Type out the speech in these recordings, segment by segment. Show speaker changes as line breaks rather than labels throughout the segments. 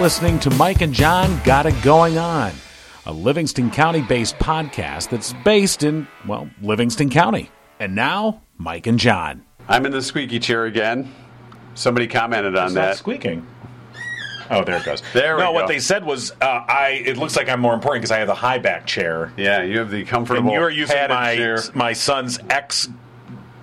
listening to Mike and John Got It Going On, a Livingston County based podcast that's based in, well, Livingston County. And now, Mike and John.
I'm in the squeaky chair again. Somebody commented on
It's
that.
not squeaking. Oh, there it goes.
There we
no,
go.
what they said was, uh, I. It looks like I'm more important because I have the high back chair,
yeah, you have the comfortable
and you're using
padded
my
chair.
my son's ex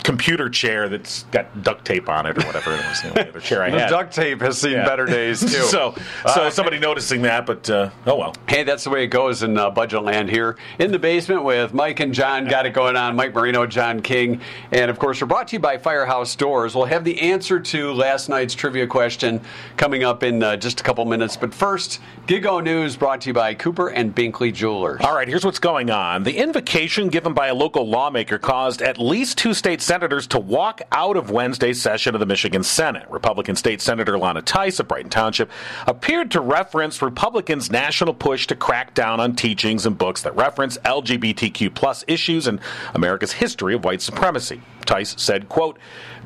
computer chair that's got duct tape on it or whatever. it was the only other chair I
The
had.
duct tape has seen
Yeah.
better days too.
so, so
Uh,
somebody noticing that, but uh, oh well.
Hey, that's the way it goes in uh, Budget Land here in the basement with Mike and John. Got it going on. Mike Marino, John King. And of course, we're brought to you by Firehouse Doors. We'll have the answer to last night's trivia question coming up in uh, just a couple minutes. But first, Gigo News brought to you by Cooper and Binkley Jewelers.
All right, here's what's going on. The invocation given by a local lawmaker caused at least two state senators to walk out of Wednesday's session of the Michigan Senate. Republican State Senator Lana Tice of Brighton Township appeared to reference Republicans' national push to crack down on teachings and books that reference LGBTQ plus issues and America's history of white supremacy. Tice said, quote,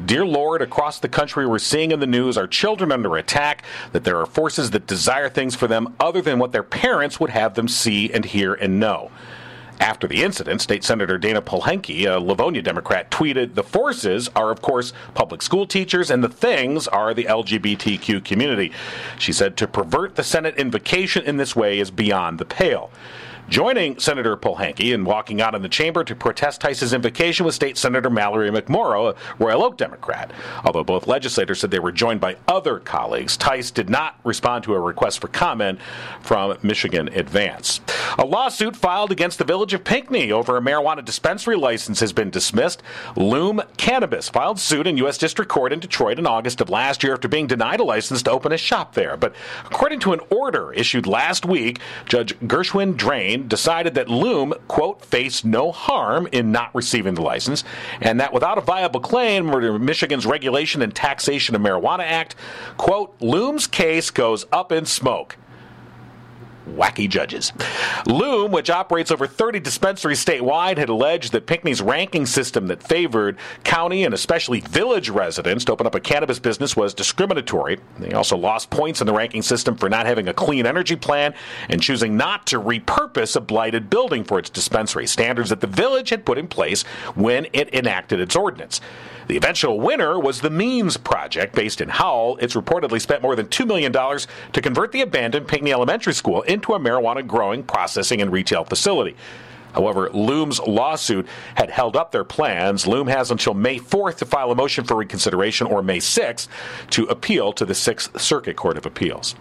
Dear Lord, across the country we're seeing in the news our children under attack, that there are forces that desire things for them other than what their parents would have them see and hear and know. After the incident, State Senator Dana Polhenke, a Livonia Democrat, tweeted, The forces are, of course, public school teachers, and the things are the LGBTQ community. She said, To pervert the Senate invocation in this way is beyond the pale. Joining Senator Polhanke and walking out in the chamber to protest Tice's invocation was State Senator Mallory McMorrow, a Royal Oak Democrat. Although both legislators said they were joined by other colleagues, Tice did not respond to a request for comment from Michigan Advance. A lawsuit filed against the village of Pinckney over a marijuana dispensary license has been dismissed. Loom Cannabis filed suit in U.S. District Court in Detroit in August of last year after being denied a license to open a shop there. But according to an order issued last week, Judge Gershwin Drain decided that Loom, quote, faced no harm in not receiving the license, and that without a viable claim under Michigan's Regulation and Taxation of Marijuana Act, quote, Loom's case goes up in smoke wacky judges. Loom, which operates over 30 dispensaries statewide, had alleged that Pinckney's ranking system that favored county and especially village residents to open up a cannabis business was discriminatory. They also lost points in the ranking system for not having a clean energy plan and choosing not to repurpose a blighted building for its dispensary, standards that the village had put in place when it enacted its ordinance. The eventual winner was the Means Project, based in Howell. It's reportedly spent more than $2 million to convert the abandoned Pinckney Elementary School into a marijuana growing, processing, and retail facility. However, Loom's lawsuit had held up their plans. Loom has until May 4th to file a motion for reconsideration or May 6th to appeal to the Sixth Circuit Court of Appeals.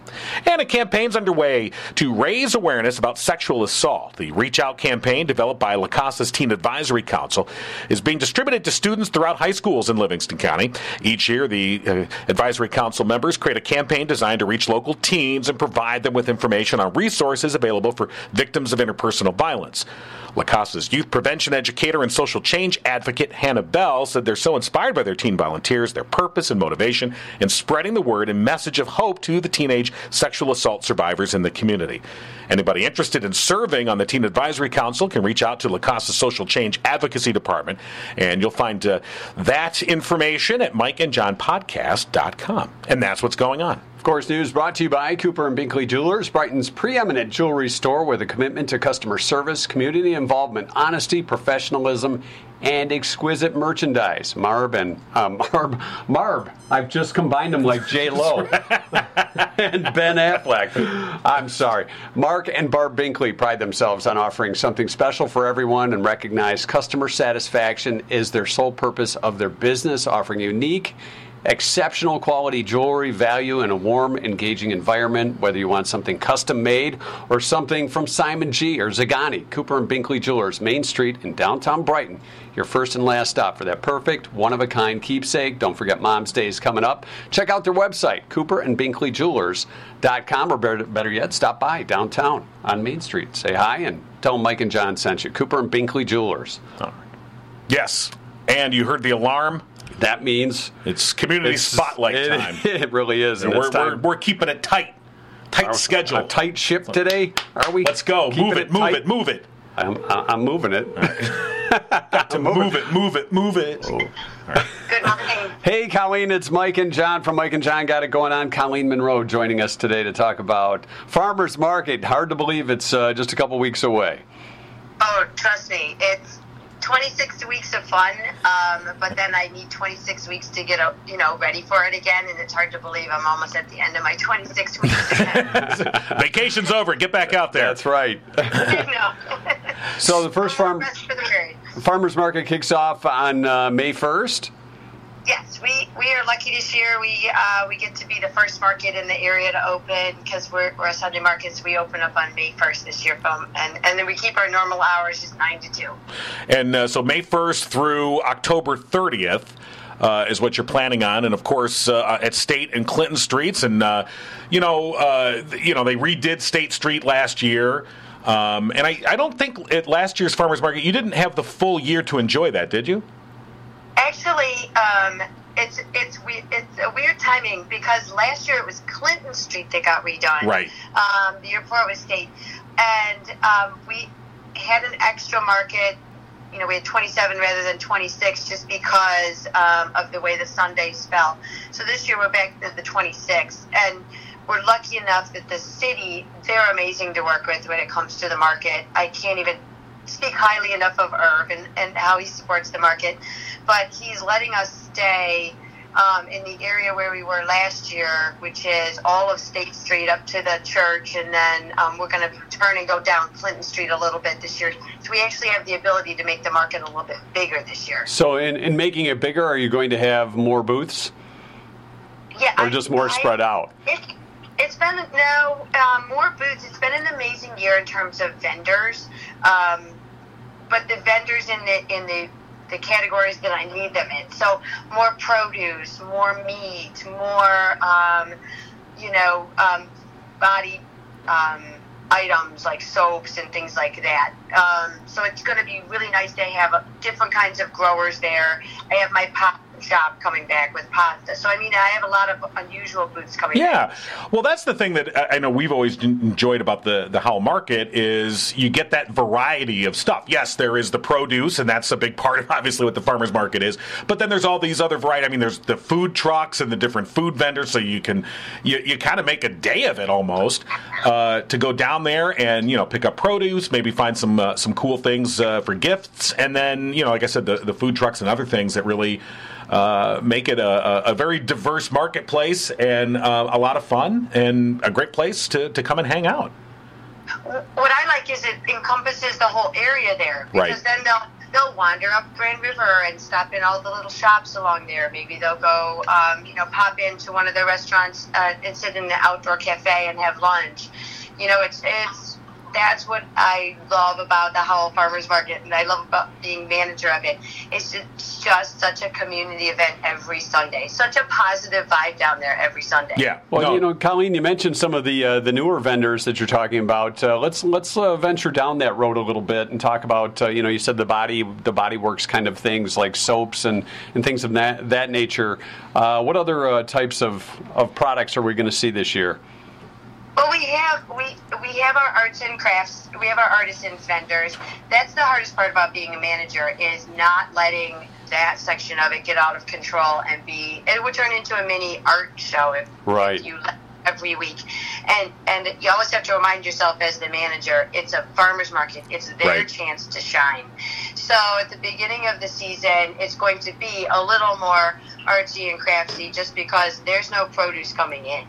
And a campaign's underway to raise awareness about sexual assault. The Reach Out campaign, developed by La Casa's Teen Advisory Council, is being distributed to students throughout high schools in Livingston County. Each year, the uh, Advisory Council members create a campaign designed to reach local teens and provide them with information on resources available for victims of interpersonal violence. La Casa's youth prevention educator and social change advocate Hannah Bell said they're so inspired by their teen volunteers, their purpose and motivation in spreading the word and message of hope to the teenage sexual assault survivors in the community. Anybody interested in serving on the Teen Advisory Council can reach out to La Casa's Social Change Advocacy Department, and you'll find uh, that information at mikeandjohnpodcast.com. And that's what's going on.
Of course, news brought to you by Cooper and Binkley Jewelers, Brighton's preeminent jewelry store with a commitment to customer service, community involvement, honesty, professionalism, and exquisite merchandise. Marb and uh, Marb, Marb. I've just combined them like J Lo and Ben Affleck. I'm sorry. Mark and Barb Binkley pride themselves on offering something special for everyone and recognize customer satisfaction is their sole purpose of their business, offering unique exceptional quality jewelry, value, and a warm, engaging environment. Whether you want something custom made or something from Simon G or Zagani, Cooper and Binkley Jewelers, Main Street in downtown Brighton. Your first and last stop for that perfect, one of a kind keepsake. Don't forget Mom's Day is coming up. Check out their website, cooperandbinkleyjewelers.com, or better, better yet, stop by downtown on Main Street. Say hi and tell 'em Mike and John sent you. Cooper and Binkley Jewelers.
Yes. And you heard the alarm.
That means
It's community spotlight
it,
time.
It really is. and
And we're,
it's time.
we're, we're keeping it tight. Tight schedule.
A tight ship today? Are we?
Let's go.
keeping
Move it, move
tight?
it, move it.
I'm, I'm moving Oh. it.
Got to move it, move it, move it.
Good morning.
Hey, Colleen, it's Mike and John from Mike and John Got It Going On. Colleen Monroe joining us today to talk about farmers market. Hard to believe it's uh, just a couple weeks away.
Oh, trust me, it's 26 weeks of fun, um, but then I need 26 weeks to get uh, you know ready for it again, and it's hard to believe I'm almost at the end of my 26 weeks. again.
Vacation's over. Get back out there.
That's right.
You know.
so the first farm
Rest for the weary.
farmers market kicks off on uh, May 1st.
Yes, we, we are lucky this year. We uh, we get to be the first market in the area to open because we're, we're a Sunday market, so we open up on May 1st this year. From, and, and then we keep our normal hours, just 9 to 2.
And uh, so May 1st through October 30th. Uh, is what you're planning on, and of course uh, at State and Clinton streets, and uh, you know, uh, th- you know they redid State Street last year, um, and I, I don't think at last year's farmers market you didn't have the full year to enjoy that, did you?
Actually, um, it's it's we it's a weird timing because last year it was Clinton Street that got redone.
Right.
Um, the year before it was State, and um, we had an extra market. You know, we had 27 rather than 26 just because um, of the way the Sundays fell. So this year we're back to the 26th, and we're lucky enough that the city they're amazing to work with when it comes to the market. I can't even speak highly enough of Irv and, and how he supports the market, but he's letting us stay um, in the area where we were last year, which is all of State Street up to the church, and then um, we're going to turn and go down Clinton Street a little bit this year. So we actually have the ability to make the market a little bit bigger this year.
So, in, in making it bigger, are you going to have more booths
Yeah,
or just more spread out?
It, it's been no um, more booths. It's been an amazing year in terms of vendors, um, but the vendors in the in the the categories that I need them in. So more produce, more meat, more um, you know um, body um, items like soaps and things like that. Um, so it's going to be really nice to have uh, different kinds of growers there. I have my pop shop coming back with pasta. So I mean, I have a lot of unusual booths coming. back.
Yeah. Well, that's the thing that I- I know we've always en- enjoyed about the the Howell Market is you get that variety of stuff. Yes, there is the produce, and that's a big part of obviously what the farmers market is. But then there's all these other variety. I mean, there's the food trucks and the different food vendors, so you can you, you kind of make a day of it almost uh, to go down there and you know pick up produce, maybe find some uh, some cool things uh, for gifts, and then you know, like I said, the the food trucks and other things that really uh, make it a, a, a very diverse marketplace and uh, a lot of fun and a great place to, to come and hang out.
what I like is it encompasses the whole area there
Right.
because then they'll they'll wander up Grand River and stop in all the little shops along there. Maybe they'll go, um, you know, pop into one of the restaurants uh, and sit in the outdoor cafe and have lunch. You know, it's it's that's what I love about the Howell Farmers Market, and I love about being manager of it. It's ju- it's just such a community event every Sunday, such a positive vibe down there every Sunday.
Yeah.
Well,
No.
you know, Colleen, you mentioned some of the uh, the newer vendors that you're talking about. Uh, let's let's uh, venture down that road a little bit and talk about uh, you know you said the body the body works kind of things like soaps and, and things of that that nature. Uh, what other uh, types of, of products are we going to see this year?
Well, we have we we have our arts and crafts. We have our artisan vendors. That's the hardest part about being a manager is not letting that section of it get out of control and be. It would turn into a mini art show if
Right.
you let every week, and and you always have to remind yourself as the manager, it's a farmers market. It's their
Right.
chance to shine. So at the beginning of the season, it's going to be a little more artsy and craftsy, just because there's no produce coming in.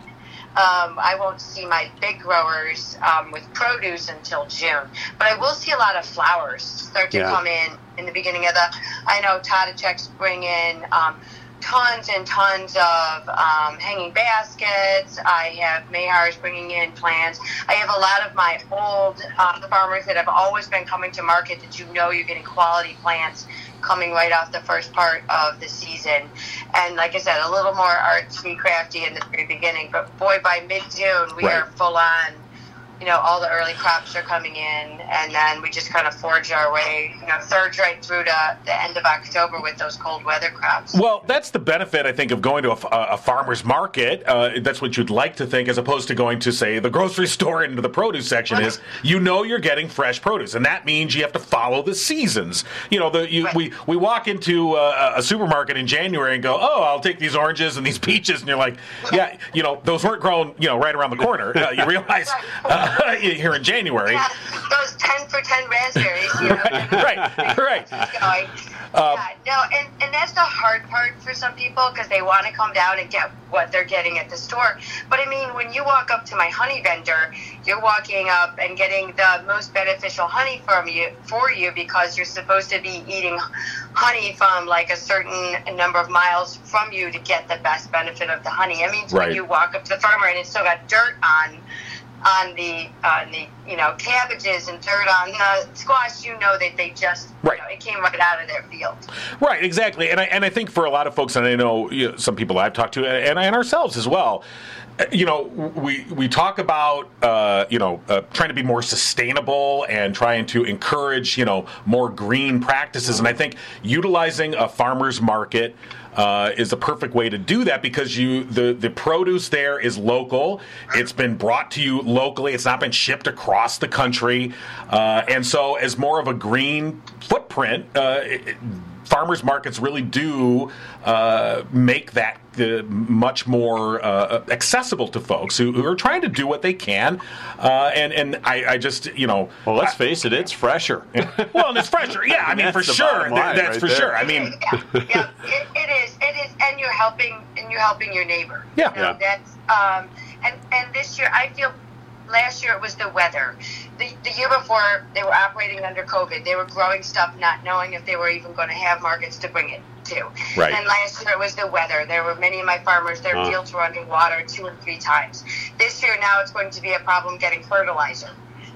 Um, I won't see my big growers um, with produce until June, but I will see a lot of flowers start to
Yeah.
come in in the beginning of the. I know Tadacheks bring in um, tons and tons of um, hanging baskets. I have Mayhars bringing in plants. I have a lot of my old um, farmers that have always been coming to market that you know you're getting quality plants coming right off the first part of the season. And like I said, a little more artsy, crafty in the very beginning. But boy, by mid June, we
Right.
are full on you know, all the early crops are coming in, and then we just kind of forge our way, you know, surge right through to the end of October with those cold weather crops.
Well, that's the benefit, I think, of going to a, uh, a farmer's market. Uh, that's what you'd like to think, as opposed to going to, say, the grocery store into the produce section. Is you know you're getting fresh produce, and that means you have to follow the seasons. You know, the, you,
Right.
we we walk into uh, a, a supermarket in January and go, oh, I'll take these oranges and these peaches, and you're like, yeah, you know, those weren't grown, you know, right around the corner. Uh, you realize uh, here in January.
Yeah, those 10 for 10 raspberries, you know.
right, right.
going. yeah, no, and, and that's the hard part for some people because they want to come down and get what they're getting at the store. But I mean, when you walk up to my honey vendor, you're walking up and getting the most beneficial honey from you for you because you're supposed to be eating honey from like a certain number of miles from you to get the best benefit of the honey. I mean, it's
Right.
when you walk up to the farmer and it's still got dirt on on the on the you know cabbages and dirt on the squash, you know that they just
Right.
you know, it came right out of their field.
Right, exactly, and I and I think for a lot of folks, and I know, you know some people I've talked to, and and ourselves as well. uh, You know, we we talk about uh, you know uh, trying to be more sustainable and trying to encourage you know more green practices, and I think utilizing a farmers market. Uh, is the perfect way to do that because you the the produce there is local. It's been brought to you locally. It's not been shipped across the country, uh, and so as more of a green footprint, uh, it, it- farmers markets really do uh, make that uh, much more uh, accessible to folks who, who are trying to do what they can. Uh, and and I, I just you know
Well, let's face it, it's fresher.
well and it's fresher. Yeah, I mean
That's
for
the
sure
bottom line
Th- that's
right
for
there.
sure. I mean
yeah, yeah, it, it is, it is, and you're helping, and you're helping your neighbor.
Yeah.
You know, That's um, and and this year I feel. Last year it was the weather. The, the year before they were operating under COVID. They were growing stuff, not knowing if they were even going to have markets to bring it to.
Right.
And last year it was the weather. There were many of my farmers. Their
Uh.
fields were underwater two and three times. This year now it's going to be a problem getting fertilizer.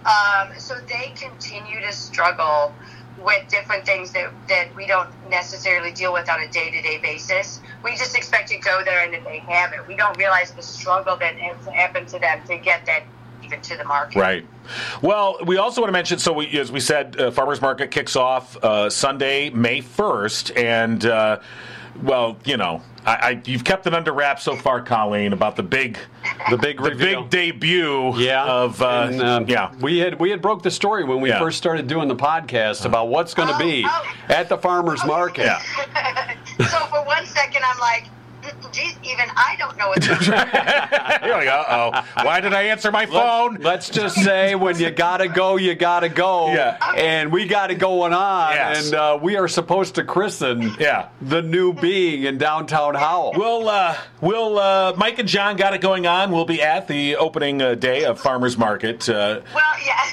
Um, so they continue to struggle with different things that, that we don't necessarily deal with on a day to day basis. We just expect to go there and then they have it. We don't realize the struggle that has happened to them to get that even to the market.
Right. Well, we also want to mention. So, we, as we said, uh, farmers market kicks off uh, Sunday, May first, and uh, well, you know, I, I you've kept it under wraps so far, Colleen, about the big,
The big
the
reveal.
big debut
yeah.
of uh,
And, um,
yeah.
We had we had broke the story when we
Yeah.
first started doing the podcast about what's going to
Oh,
be
oh.
at the farmers market.
Yeah.
so for one second, I'm like, geez, even I don't know what this is.
You're like, uh oh, why did I answer my phone?
Let's, let's just say when you gotta go, you gotta go.
Yeah.
And we got it going on.
Yes.
And uh, we are supposed to christen
Yeah.
the new being in downtown Howell.
We'll, uh, we'll, uh, Mike and John got it going on. We'll be at the opening uh, day of Farmers Market. Uh,
Well, yeah.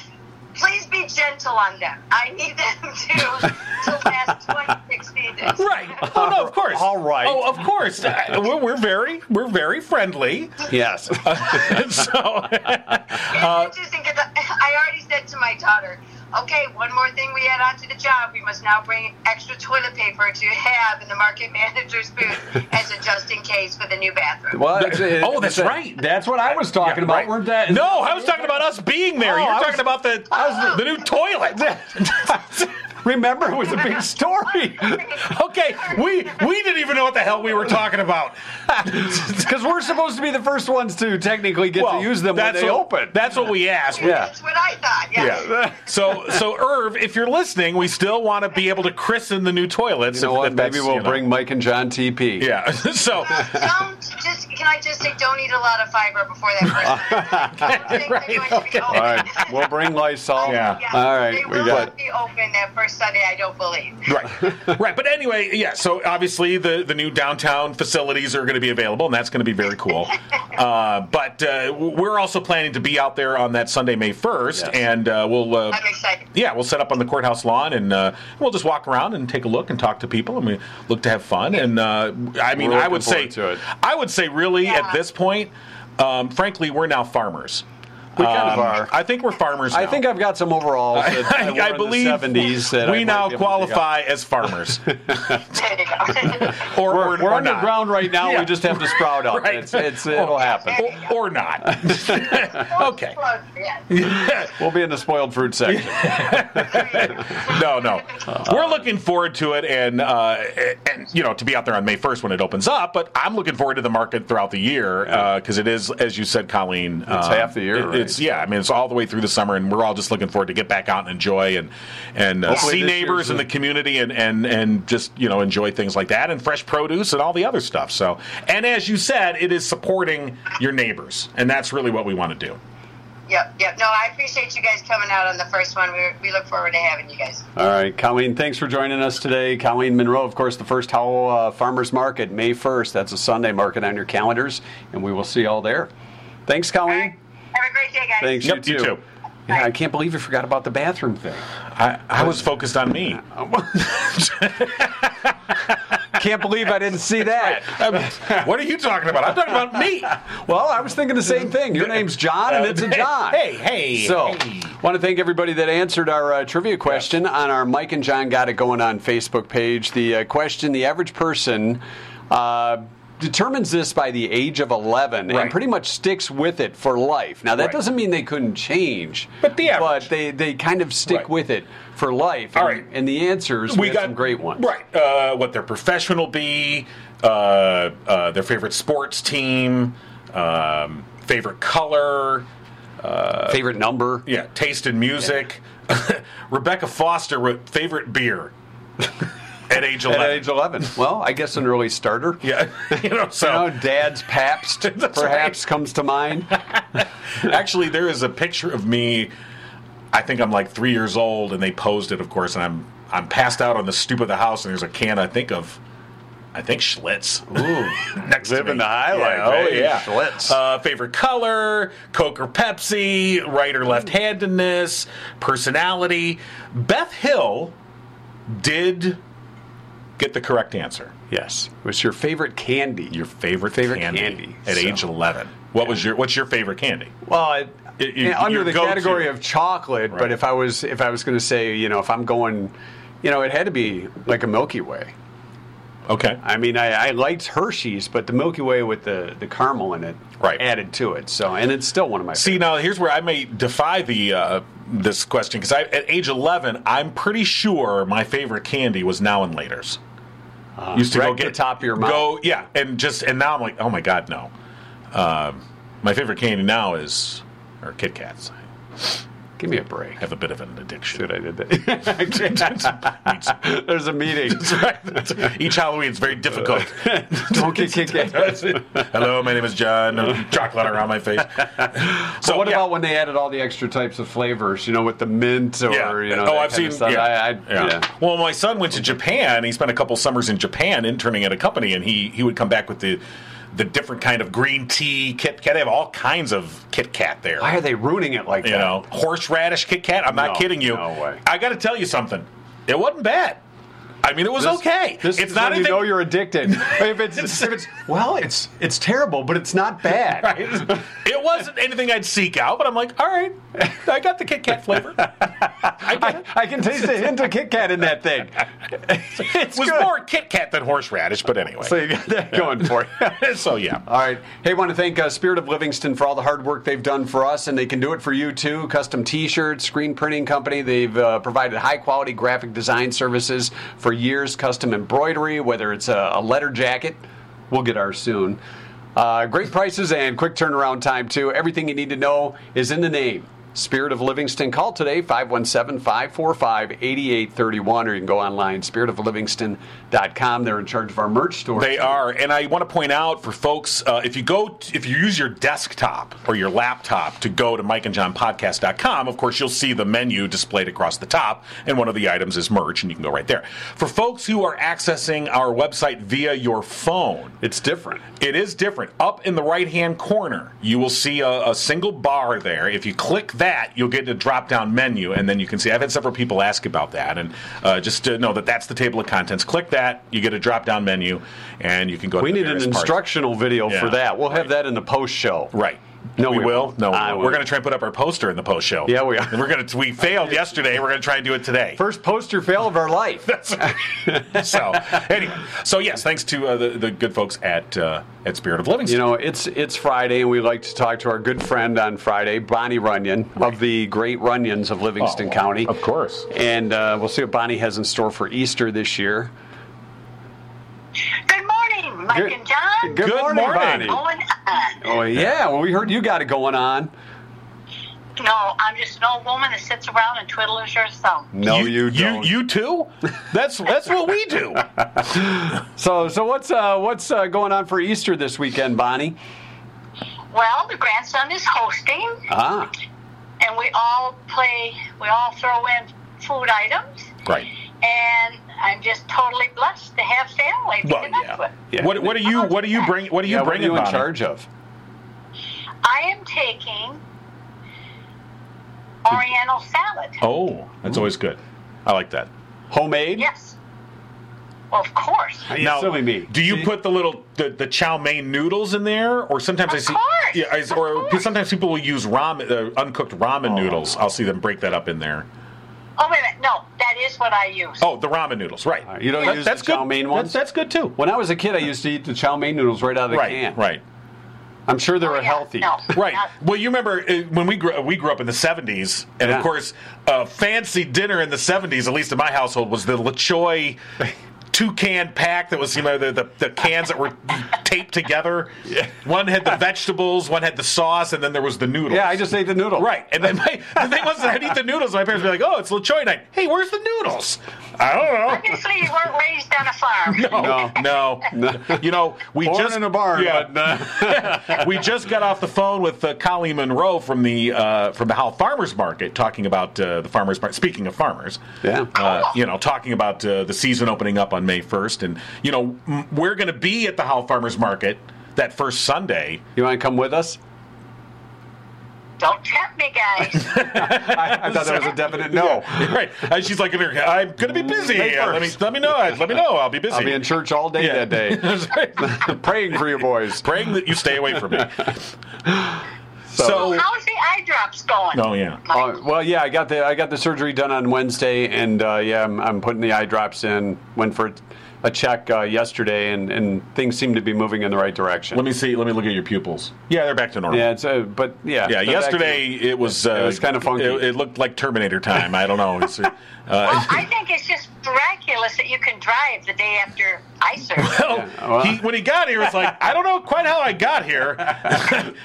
Please be gentle on them. I need them to to last 26 seasons.
Right. Oh no, of course.
All right.
Oh, of course. Uh, We're, we're very, we're very friendly.
yes.
And so,
It's interesting 'cause I I already said to my daughter, okay, one more thing we add onto the job. We must now bring extra toilet paper to have in the market manager's booth as a just in case for the new bathroom.
Well,
That-
it's-
oh, that's
it's a-
right.
That's what I was talking about.
Right.
Weren't that?
no, I was talking about us being there.
Oh,
You're
I was-
talking about the the new toilet.
Remember, it was a big story
okay, we we didn't even know what the hell we were talking about.
because we're supposed to be the first ones to technically get
Well,
to use them when
that's
they
what-
open.
That's what we asked. We
Yeah.
That's what I thought. Yeah.
Yeah. So, so Irv, if you're listening, we still want to be able to christen the new toilets.
you know
if-
what?
if that's,
Maybe we'll
you know.
bring Mike and John TP.
Yeah. So.
Don't just. Can I just say, don't eat a lot of fiber before that first.
Right, okay.
All right, we'll bring Lysol.
Yeah.
All right,
They
we
will
got it.
not be open that first Sunday. I don't believe.
Right, right. But anyway, yeah. So obviously, the the new downtown facilities are going to be available, and that's going to be very cool. Uh, but uh, we're also planning to be out there on that Sunday, May first,
Yes.
and uh, we'll. Uh,
I'm excited.
yeah, we'll set up on the courthouse lawn, and uh, we'll just walk around and take a look and talk to people, and we look to have fun. And uh, I mean,
We're
I would say,
looking forward to it.
I would say, really,
Yeah.
at this point, um, frankly, we're now farmers.
We kind of are.
I think we're farmers.
I
now.
think I've got some overalls. That I,
I,
wore in the
believe
70s that I
we
might
now
be able to dig up.
qualify as farmers,
There you go.
or or,
We're, we're
or not.
underground right now.
Yeah.
We just have to sprout up.
Right.
It's, it's, it'll happen.
or, or not. okay.
Close, yes.
We'll be in the spoiled fruit section.
No, no. We're looking forward to it, and uh, and you know to be out there on May first when it opens up. But I'm looking forward to the market throughout the year because it is, as you said, Colleen. It's
half the year,
It, It's
right?
yeah. I mean, it's all the way through the summer, and we're all just looking forward to get back out and enjoy and and uh,
Hopefully
see
this
neighbors
year's
in
the-
the community and and and just you know enjoy things like that and fresh produce and all the other stuff. So, and as you said, it is supporting your neighbors, and that's really what we want to do.
Yep, yep. No, I appreciate you guys coming out on the first one. We, we look forward to having you guys.
All right, Colleen, thanks for joining us today. Colleen Monroe, of course, the first Howell uh, Farmers Market, May 1st. That's a Sunday market on your calendars, and we will see you all there. Thanks,
All
Colleen.
right. Have a great day, guys.
Thanks,
Yep,
you
you
too.
too.
Yeah, I can't believe you forgot about the bathroom thing.
I, I was focused on me.
Can't believe I didn't see that.
what are you talking about? I'm talking about me.
Well, I was thinking the same thing. Your name's John, and it's a John.
Uh, Hey, hey.
So,
hey.
want to thank everybody that answered our uh, trivia question on our Mike and John Got It Going On Facebook page. The uh, question the average person uh, determines this by the age of 11
Right.
and pretty much sticks with it for life. Now, that
Right.
doesn't mean they couldn't change,
But the average.
but they, they kind of stick
Right.
with it for life.
All
and,
right.
and the answers, we, got some great ones.
Right. Uh, what their profession will be, uh, uh, their favorite sports team, um, favorite color,
Favorite number?
yeah, taste in music. Rebecca Foster wrote favorite beer at age 11.
At age 11. Well, I guess an early starter.
yeah, you know, so
You know, dad's Pabst
That's
perhaps
right.
comes to mind.
Actually, there is a picture of me. I think I'm like three years old, and they posed it, of course. And I'm I'm passed out on the stoop of the house, and there's a can. I think of, I think Schlitz.
Ooh.
Next
living
to me.
the high life,
yeah, oh
eh?
yeah.
Schlitz.
Uh, favorite color: Coke or Pepsi. Right or
Hmm.
left-handedness. Personality. Beth Hill did get the correct answer.
Yes. What's your favorite candy?
Your favorite
Favorite
candy,
candy,
at
so.
age 11. What was your What's your favorite candy?
well, it,
It- you-
yeah, under
your
the
go-to.
category of chocolate,
Right.
but if I was if I was going to say, you know, if I'm going, you know, it had to be like a Milky Way.
Okay.
I mean, I, I liked Hershey's, but the Milky Way with the, the caramel in it
Right.
added to it. So, and it's still one of my
See now, here's where I may defy the uh, this question because at age 11, I'm pretty sure my favorite candy was now and later's. Used to
Uh, right
go
at the
get
top of your mouth.
Go yeah, and just and now I'm like, oh my god, no. Um, my favorite candy now is or Kit Kats. I
favorite. Give me a break.
have a bit of an addiction.
Dude, I did that. There's a meeting.
Each Halloween is very difficult.
Don't get kicked out.
Hello, my name is John. I'm chocolate around my face. So
What
yeah.
about when they added all the extra types of flavors? You know, with the mint or you know.
oh,
that
I've
kinda
seen.
stuff.
Yeah.
I, I,
Yeah.
yeah.
Well, my son went to Japan. He spent a couple summers in Japan interning at a company, and he he would come back with the the different kind of green tea Kit Kat. They have all kinds of Kit Kat there.
Why are they ruining it like
you
that?
know, horseradish Kit Kat. I'm not
No,
kidding you.
no way.
I got to tell you something. It wasn't bad. I mean, it was
This-
okay.
This
it's
is
not
when you
anything.
know you're addicted. if it's, if it's well, it's it's terrible, but it's not bad.
Right. It wasn't anything I'd seek out, but I'm like, all right, I got the Kit Kat flavor. I get
I,
it.
I can taste a hint of Kit Kat in that thing. it's
It was
good.
more Kit Kat than horseradish, but anyway.
So you got that going for you.
so yeah.
All right. Hey, want to thank uh, Spirit of Livingston for all the hard work they've done for us, and they can do it for you too. Custom T-shirts, screen printing company. They've uh, provided high-quality graphic design services for years. Custom embroidery, whether it's a, a letter jacket, we'll get ours soon. Uh, great prices and quick turnaround time too. Everything you need to know is in the name. Spirit of Livingston. Call today, 517 545 8831, or you can go online, spiritoflivingston.com. They're in charge of our merch store.
They are, and I want to point out for folks uh, if you go t- if you use your desktop or your laptop to go to mikeandjohnpodcast.com, of course you'll see the menu displayed across the top, and one of the items is merch, and you can go right there. For folks who are accessing our website via your phone,
it's different.
it is different. Up in the right hand corner, you will see a, a single bar there. If you click that, you'll get a drop down menu, and then you can see. I've had several people ask about that, and uh, just to know that that's the table of contents. Click that, you get a drop down menu, and you can go.
We
to the
need an
various parts.
instructional video
Yeah,
for that. We'll have that in the post show.
Right.
No,
we,
we
will.
won't.
No, we
I
won't.
won't.
we're going to try and put up our poster in the post show.
Yeah, we are.
And we're going to. We failed yesterday. We're going to try and do it today.
First poster fail of our life.
so anyway, so yes, thanks to uh, the, the good folks at uh, at Spirit of Livingston.
You know, it's it's Friday, and we like to talk to our good friend on Friday, Bonnie Runyon of the Great Runyons of Livingston
Oh,
County.
of course.
And uh, we'll see what Bonnie has in store for Easter this year.
Good morning, Mike
Good-
and John.
Good,
Good
morning,
morning.
Bonnie.
Going on.
Oh yeah, well we heard you got it going on.
No, I'm just an old woman that sits around and twiddles her thumb.
No, you,
you
don't.
you too. That's that's what we do.
so so what's uh, what's uh, going on for Easter this weekend, Bonnie?
Well, the grandson is hosting.
Ah,
and we all play, we all throw in food items,
Right.
and I'm just totally blessed to have family to
Well,
connect
yeah.
with.
Yeah.
What what are you what are you bring what are you
yeah, what are
bringing?
you in
Bonnie?
charge of?
I am taking Oriental salad.
Oh, that's always good. I like that.
Homemade.
Yes, of course.
Yeah, silly me.
Do you
See?
put the little the, the chow mein noodles in there, or sometimes I
Of
see,
course,
yeah, I,
of
or
course.
sometimes people will use ramen, uh, uncooked
Oh.
ramen noodles. I'll see them break that up in there.
Oh wait a minute, no, that is what I use.
Oh, the ramen noodles, right?
right, you don't
That-
use
that's
the chow
good.
mein
That's-
ones?
That's, good too.
When I was a kid, I used to eat the chow mein noodles right out of the
Right,
can.
right,
I'm sure they were
Oh, yeah,
healthy.
No,
right.
not-
Well, you remember uh, when we grew we grew up in the '70s, and
Yeah.
of course, uh, fancy dinner in the '70s, at least in my household, was the LaChoy two can pack that was you know the, the, the cans that were taped together. One had the vegetables, one had the sauce, and then there was the noodles.
Yeah, I just ate the noodle.
Right. And then my, the thing was, that I'd eat the noodles. My parents would be like, oh, it's LaChoy night. Hey, where's the noodles? I
Obviously, you weren't raised on a farm.
don't know. No, no. You know, we
Born
just
in a barn, uh,
yeah. we just got off the phone with uh, Colleen Monroe from the uh, from the Howell Farmers Market, talking about uh, the farmers. Market. Speaking of farmers,
Yeah.
uh, you know, talking about uh, the season opening up on May first, and you know, m- we're going to be at the Howell Farmers Market that first Sunday.
You want to come with us?
Don't tempt me, guys.
I, I thought that was a definite no.
Right. And she's like, I'm going to be busy.
May
Let me,
1st.
let me know. Let me know. I'll be busy.
I'll be in church all day
Yeah.
that day,
That's right.
praying for you boys.
Praying that you stay away from me. So,
How's the eye drops going?
oh yeah,
Uh, well, yeah, I got the I got the surgery done on Wednesday, and uh, yeah, I'm, I'm putting the eye drops in. Went for a check uh, yesterday, and, and things seem to be moving in the right direction.
let me see. Let me look at your pupils. Yeah, they're back to normal.
yeah, it's uh, but yeah,
Yeah,
they're back
yesterday it was. Uh,
was kinda funky.
It, it looked like Terminator time. I don't know. It's, uh,
Well, I think it's just miraculous that you can drive the day after eye surgery.
well,
Yeah, well-
oh, he, when he got here, it's like I don't know quite how I got here.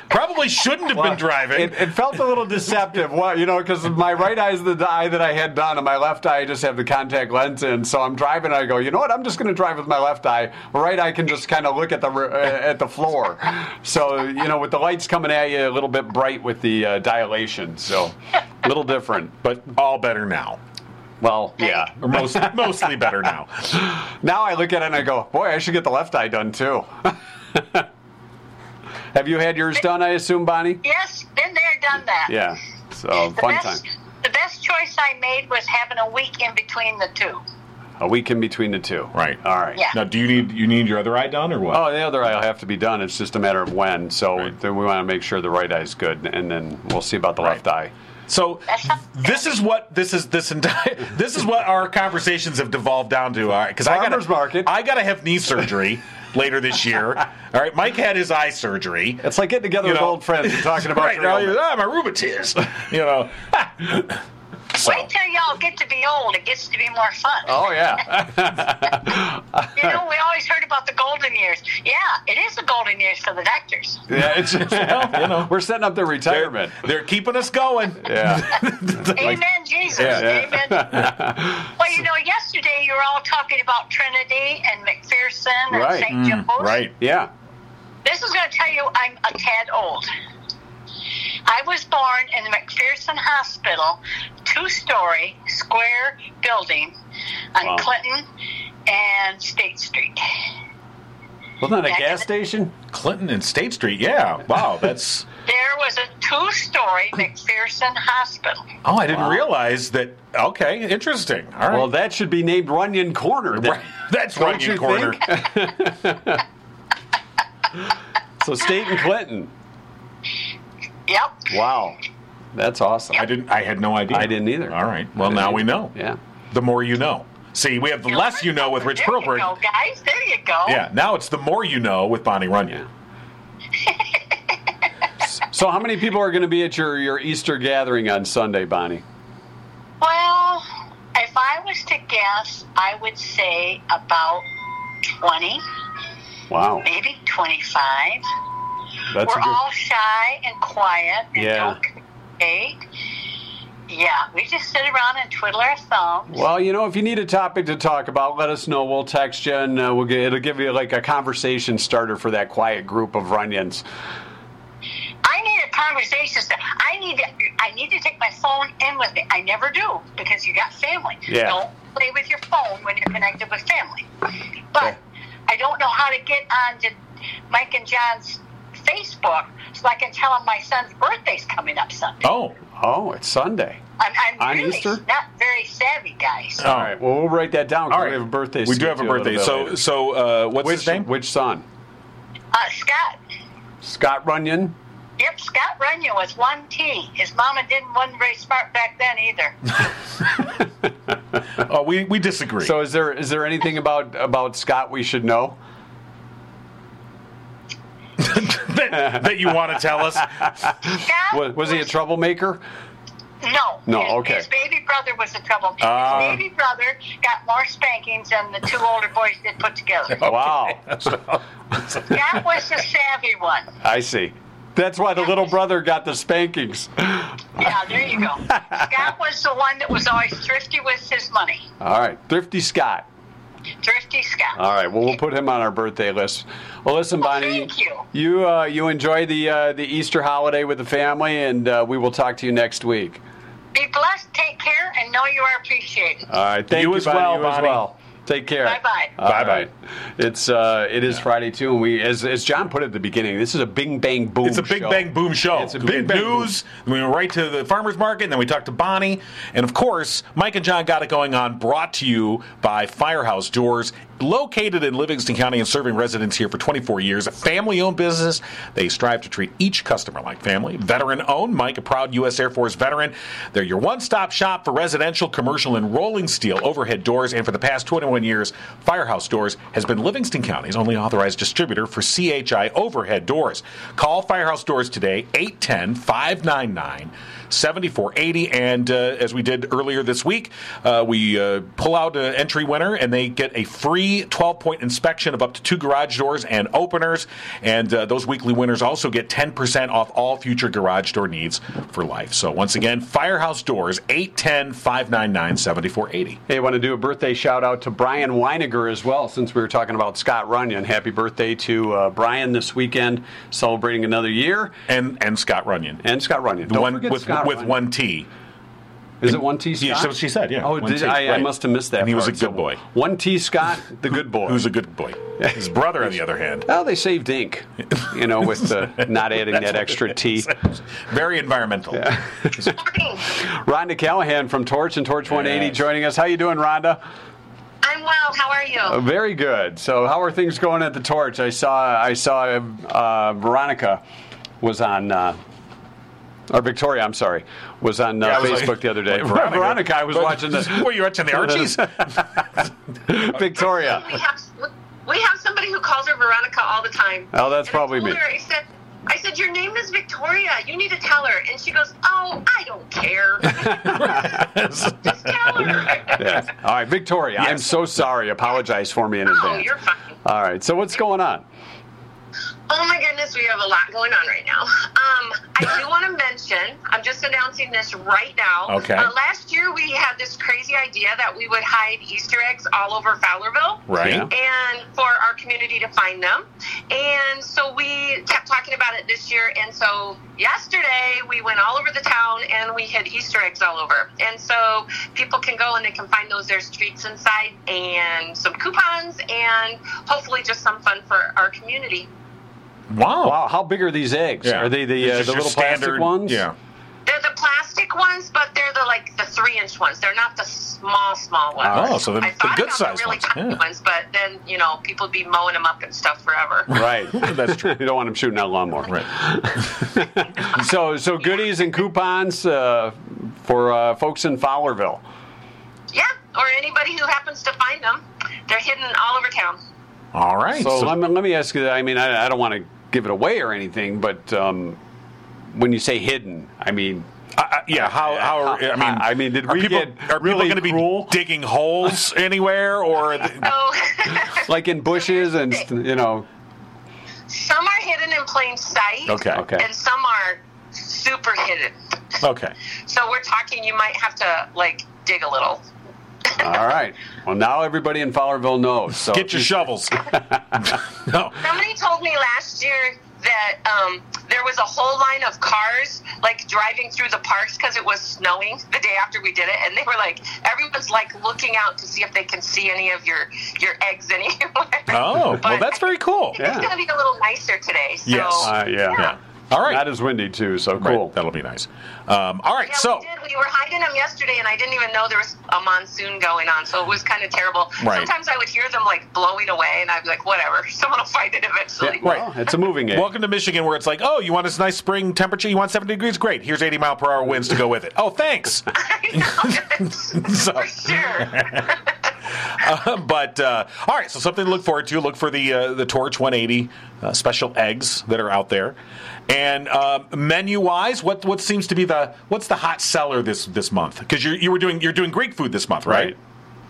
Probably shouldn't have been driving.
It, it felt a little deceptive, well, you know, because my right eye is the eye that I had done, and my left eye I just have the contact lens in. So I'm driving, and I go, you know what? I'm just going to drive with my left eye. Right eye can just kind of look at the r- uh, at the floor. So you know, with the lights coming at you, a little bit bright with the uh, dilation, so a little different.
but all better now,
Well, yeah.
or most, mostly better now.
Now I look at it and I go, boy, I should get the left eye done too. have you had yours done? I assume, Bonnie.
Yes, been there, done that.
Yeah. So
the
Oh, fun time.
best, The best choice I made was having a week in between the two.
A week in between the two.
Right.
All right.
Yeah.
Now, do you need you need your other eye done or what?
Oh, the other eye will have to be done. It's just a matter of when. So
Right.
then we want to make sure the right eye's good, and then we'll see about the left eye.
So
That's not-
this is what this is this entire this is what our conversations have devolved down to. All right, because I
Farmer's
gotta
market.
I gotta have knee surgery later this year. All right, Mike had his eye surgery.
It's like getting together
You
with
know.
old friends and talking about
right,
your
now
ailment.
you're, ah, my rheumatiz. You know. so
Wait till y'all get to be old. It gets to be more fun.
Oh yeah.
you know, we always heard about the golden years. Yeah, it is the golden years for the doctors.
yeah. It's,
you know.
we're setting up their
they're,
retirement.
they're keeping us going.
yeah.
Amen, Jesus.
Yeah,
Amen. well, you know, yesterday you were all talking about Trinity and McPherson and
Right.
St. Joe's.
Mm, Right.
Yeah.
This is going to tell you I'm a tad old. I was born in the McPherson Hospital, two story square building on
Wow.
Clinton and State Street.
Wasn't that a
Yeah.
gas station?
Clinton and State Street. Yeah. Wow. That's.
There was a two story McPherson Hospital.
Oh, I didn't
Wow.
realize that. Okay. Interesting. All right.
Well, that should be named Runyon Corner. then.
Right. That's
Don't
right
you
in corner.
think? so State and Clinton.
Yep.
Wow. That's awesome.
I didn't. I had no idea.
I didn't either.
All right. Well,
I didn't
now
either.
we know.
Yeah.
The more you know. See, we have the less you know with Rich
there You go,
Perlberg.
guys, there you go.
Yeah. Now it's the more you know with Bonnie
Yeah.
Runyon.
So, how many people are going to be at your, your Easter gathering on Sunday, Bonnie?
Well, if I was to guess, I would say about 20,
Wow,
maybe 25.
that's a
We're
good.
all shy and quiet and
Yeah.
don't communicate. Yeah, we just sit around and twiddle our thumbs.
Well, you know, if you need a topic to talk about, let us know. We'll text you, and uh, we'll get, it'll give you like a conversation starter for that quiet group of Runyons.
I need a conversation. sta- I need to, I need to take my phone in with me. I never do because you got family.
Yeah.
Don't play with your phone when you're connected with family. But
Okay.
I don't know how to get on to Mike and John's Facebook so I can tell them my son's birthday's coming up Sunday.
Oh.
Oh, it's Sunday.
I'm, I'm
On
really
Easter?
not very savvy, guys.
Oh.
All right. Well, we'll write that down. 'cause
All right.
We have a birthday.
We
to
do
get
have a
to little
birthday.
bit
So
later.
so uh, what's
which
his name?
which son?
Uh, Scott.
Scott Runyon.
Yep, Scott Runyon was one T. His mama didn't wasn't very smart back then either.
oh, we we disagree.
So, is there is there anything about about Scott we should know?
that, that you want to tell us?
Scott
Was, was he a troublemaker?
No.
No,
His-
okay.
His baby brother was the trouble.
Ah.
his baby brother got more spankings than the two older boys did put together.
Wow.
That was the savvy one.
I see. That's why the little brother got the spankings.
Yeah, there you go. Scott was the one that was always thrifty with his money.
All right, thrifty Scott.
Thrifty Scott.
All right. Well, we'll put him on our birthday list. Well, listen, Bonnie.
thank you.
You uh, you enjoy the uh, the Easter holiday with the family, and uh, we will talk to you next week.
Be blessed, take care, and know you are appreciated.
All right. Thank
You
you,
as
Bonnie.
well,
you as
Bonnie.
well. Take care.
Bye-bye.
All
Bye-bye.
right. It's uh, it is Friday too, and we as as John put it at the beginning, this is a Bing Bang Boom.
It's a big
show.
bang boom show.
It's a
big
big bang boom.
news. We went right to the farmers market, and then we talked to Bonnie, and of course, Mike and John got it going on. Brought to you by Firehouse Doors, located in Livingston County and serving residents here for 24 years. A family-owned business, they strive to treat each customer like family. Veteran-owned, Mike, a proud U.S. Air Force veteran. They're your one-stop shop for residential, commercial, and rolling steel overhead doors. And for the past 21 years, Firehouse Doors has been Livingston County's only authorized distributor for CHI overhead doors. Call Firehouse Doors today, 810 599 7480. And uh, as we did earlier this week, uh, we uh, pull out an entry winner and they get a free 12 point inspection of up to two garage doors and openers. And uh, those weekly winners also get 10% off all future garage door needs for life. So once again, Firehouse Doors, 810 599 7480.
Hey, I want to do a birthday shout out to Brian Weiniger as well, since we were talking about Scott Runyon. Happy birthday to uh, Brian this weekend, celebrating another year.
And, and Scott Runyon.
And Scott Runyon.
The
Don't
one
forget
with
Scott
with
Runyon.
one T.
Is it one T Scott?
Yeah, so she said, yeah.
Oh,
one
did,
T,
I, I
right.
must have missed that.
And he was
part.
a good
So,
boy.
One T Scott, the good boy.
Who's a good boy. His brother, on the other hand,
well, they saved ink, you know, with uh, not adding that extra T.
very environmental.
Rhonda Callahan from Torch and Torch 180
Yes.
joining us. How you doing, Rhonda?
I'm well. How are you?
Uh, Very good. So, how are things going at the Torch? I saw I saw uh, Veronica was on. Uh, or Victoria, I'm sorry, was on uh,
Yeah, I was
Facebook
like-
the other day.
like
Veronica, I was
But-
watching the
Were you watching the Archies?
Victoria.
we have we have somebody who calls her Veronica all the time.
Oh, that's
And I
probably
told
me.
her, I said, I said your name is Victoria. You need to tell her. And she goes, Oh, I don't care. Just tell her.
Yes. All right, Victoria, I'm
Yes.
so sorry. Apologize for me in
Oh,
advance.
you're fine.
All right, so what's going on?
Oh my goodness, we have a lot going on right now. Um, I do want to mention, I'm just announcing this right now.
Okay.
Uh, last year we had this crazy idea that we would hide Easter eggs all over Fowlerville.
right.
Yeah.
and for our community to find them. And so we kept talking about it this year. And so yesterday we went all over the town and we hid Easter eggs all over. And so people can go and they can find those. There's treats inside and some coupons and hopefully just some fun for our community.
Wow.
Wow, how big are these eggs?
Oh. Yeah.
Are they the,
It's just
uh, the
your
little
standard,
plastic ones?
Yeah.
They're the plastic
plastic ones, but they're the like the three inch ones. They're not the small small ones.
Oh, so they're
I
the
thought
good
about
size
the really
ones,
tiny
yeah.
ones, but then you know people would be mowing them up and stuff forever.
Right.
That's true.
you don't want them shooting out a lawnmower.
Right.
So, so goodies and coupons uh, for uh, folks in Fowlerville.
Yeah, or anybody who happens to find them, they're hidden all over town.
All right.
So,
so-
let, me, let me ask you. I mean, I, I don't want to give it away or anything, but um, when you say hidden, I mean,
I- I- uh, yeah, how, how, I mean,
I- I mean, did
are
we
people,
get
are people
really
gonna be
cruel?
digging holes anywhere or?
So.
like in bushes and you know.
Some are hidden in plain sight.
Okay.
Okay.
And some are super hidden.
okay.
Oh,
So we're talking you might have to like dig a little.
All right. Well, now everybody in Fowlerville knows. So
Get your shovels. no.
Somebody told me last year that um, there was a whole line of cars like driving through the parks because it was snowing the day after we did it, and they were like, everyone's like looking out to see if they can see any of your your eggs anywhere.
Oh, well,
But
that's very cool.
Yeah.
It's gonna be a little nicer today. So.
Yes.
Uh, yeah.
Yeah. All right.
That is windy too. So
Right,
cool.
That'll be nice. Um, all right.
Yeah,
so.
we did. We were hiding them yesterday, and I didn't even know there was a monsoon going on, so it was kind of terrible.
Right.
Sometimes I would hear them like blowing away, and I'd be like, "Whatever, someone will find it eventually."
right.
Well, it's a moving game.
Welcome to Michigan, where it's like, oh, you want this nice spring temperature? You want 70 degrees? Great. Here's 80 mile per hour winds to go with it. Oh, thanks.
For sure.
Uh, but uh, all right, so something to look forward to. Look for the uh, the Torch 180 uh, special eggs that are out there. And um, menu wise, what what seems to be the what's the hot seller this this month? Because you you were doing you're doing Greek food this month, right?
Right.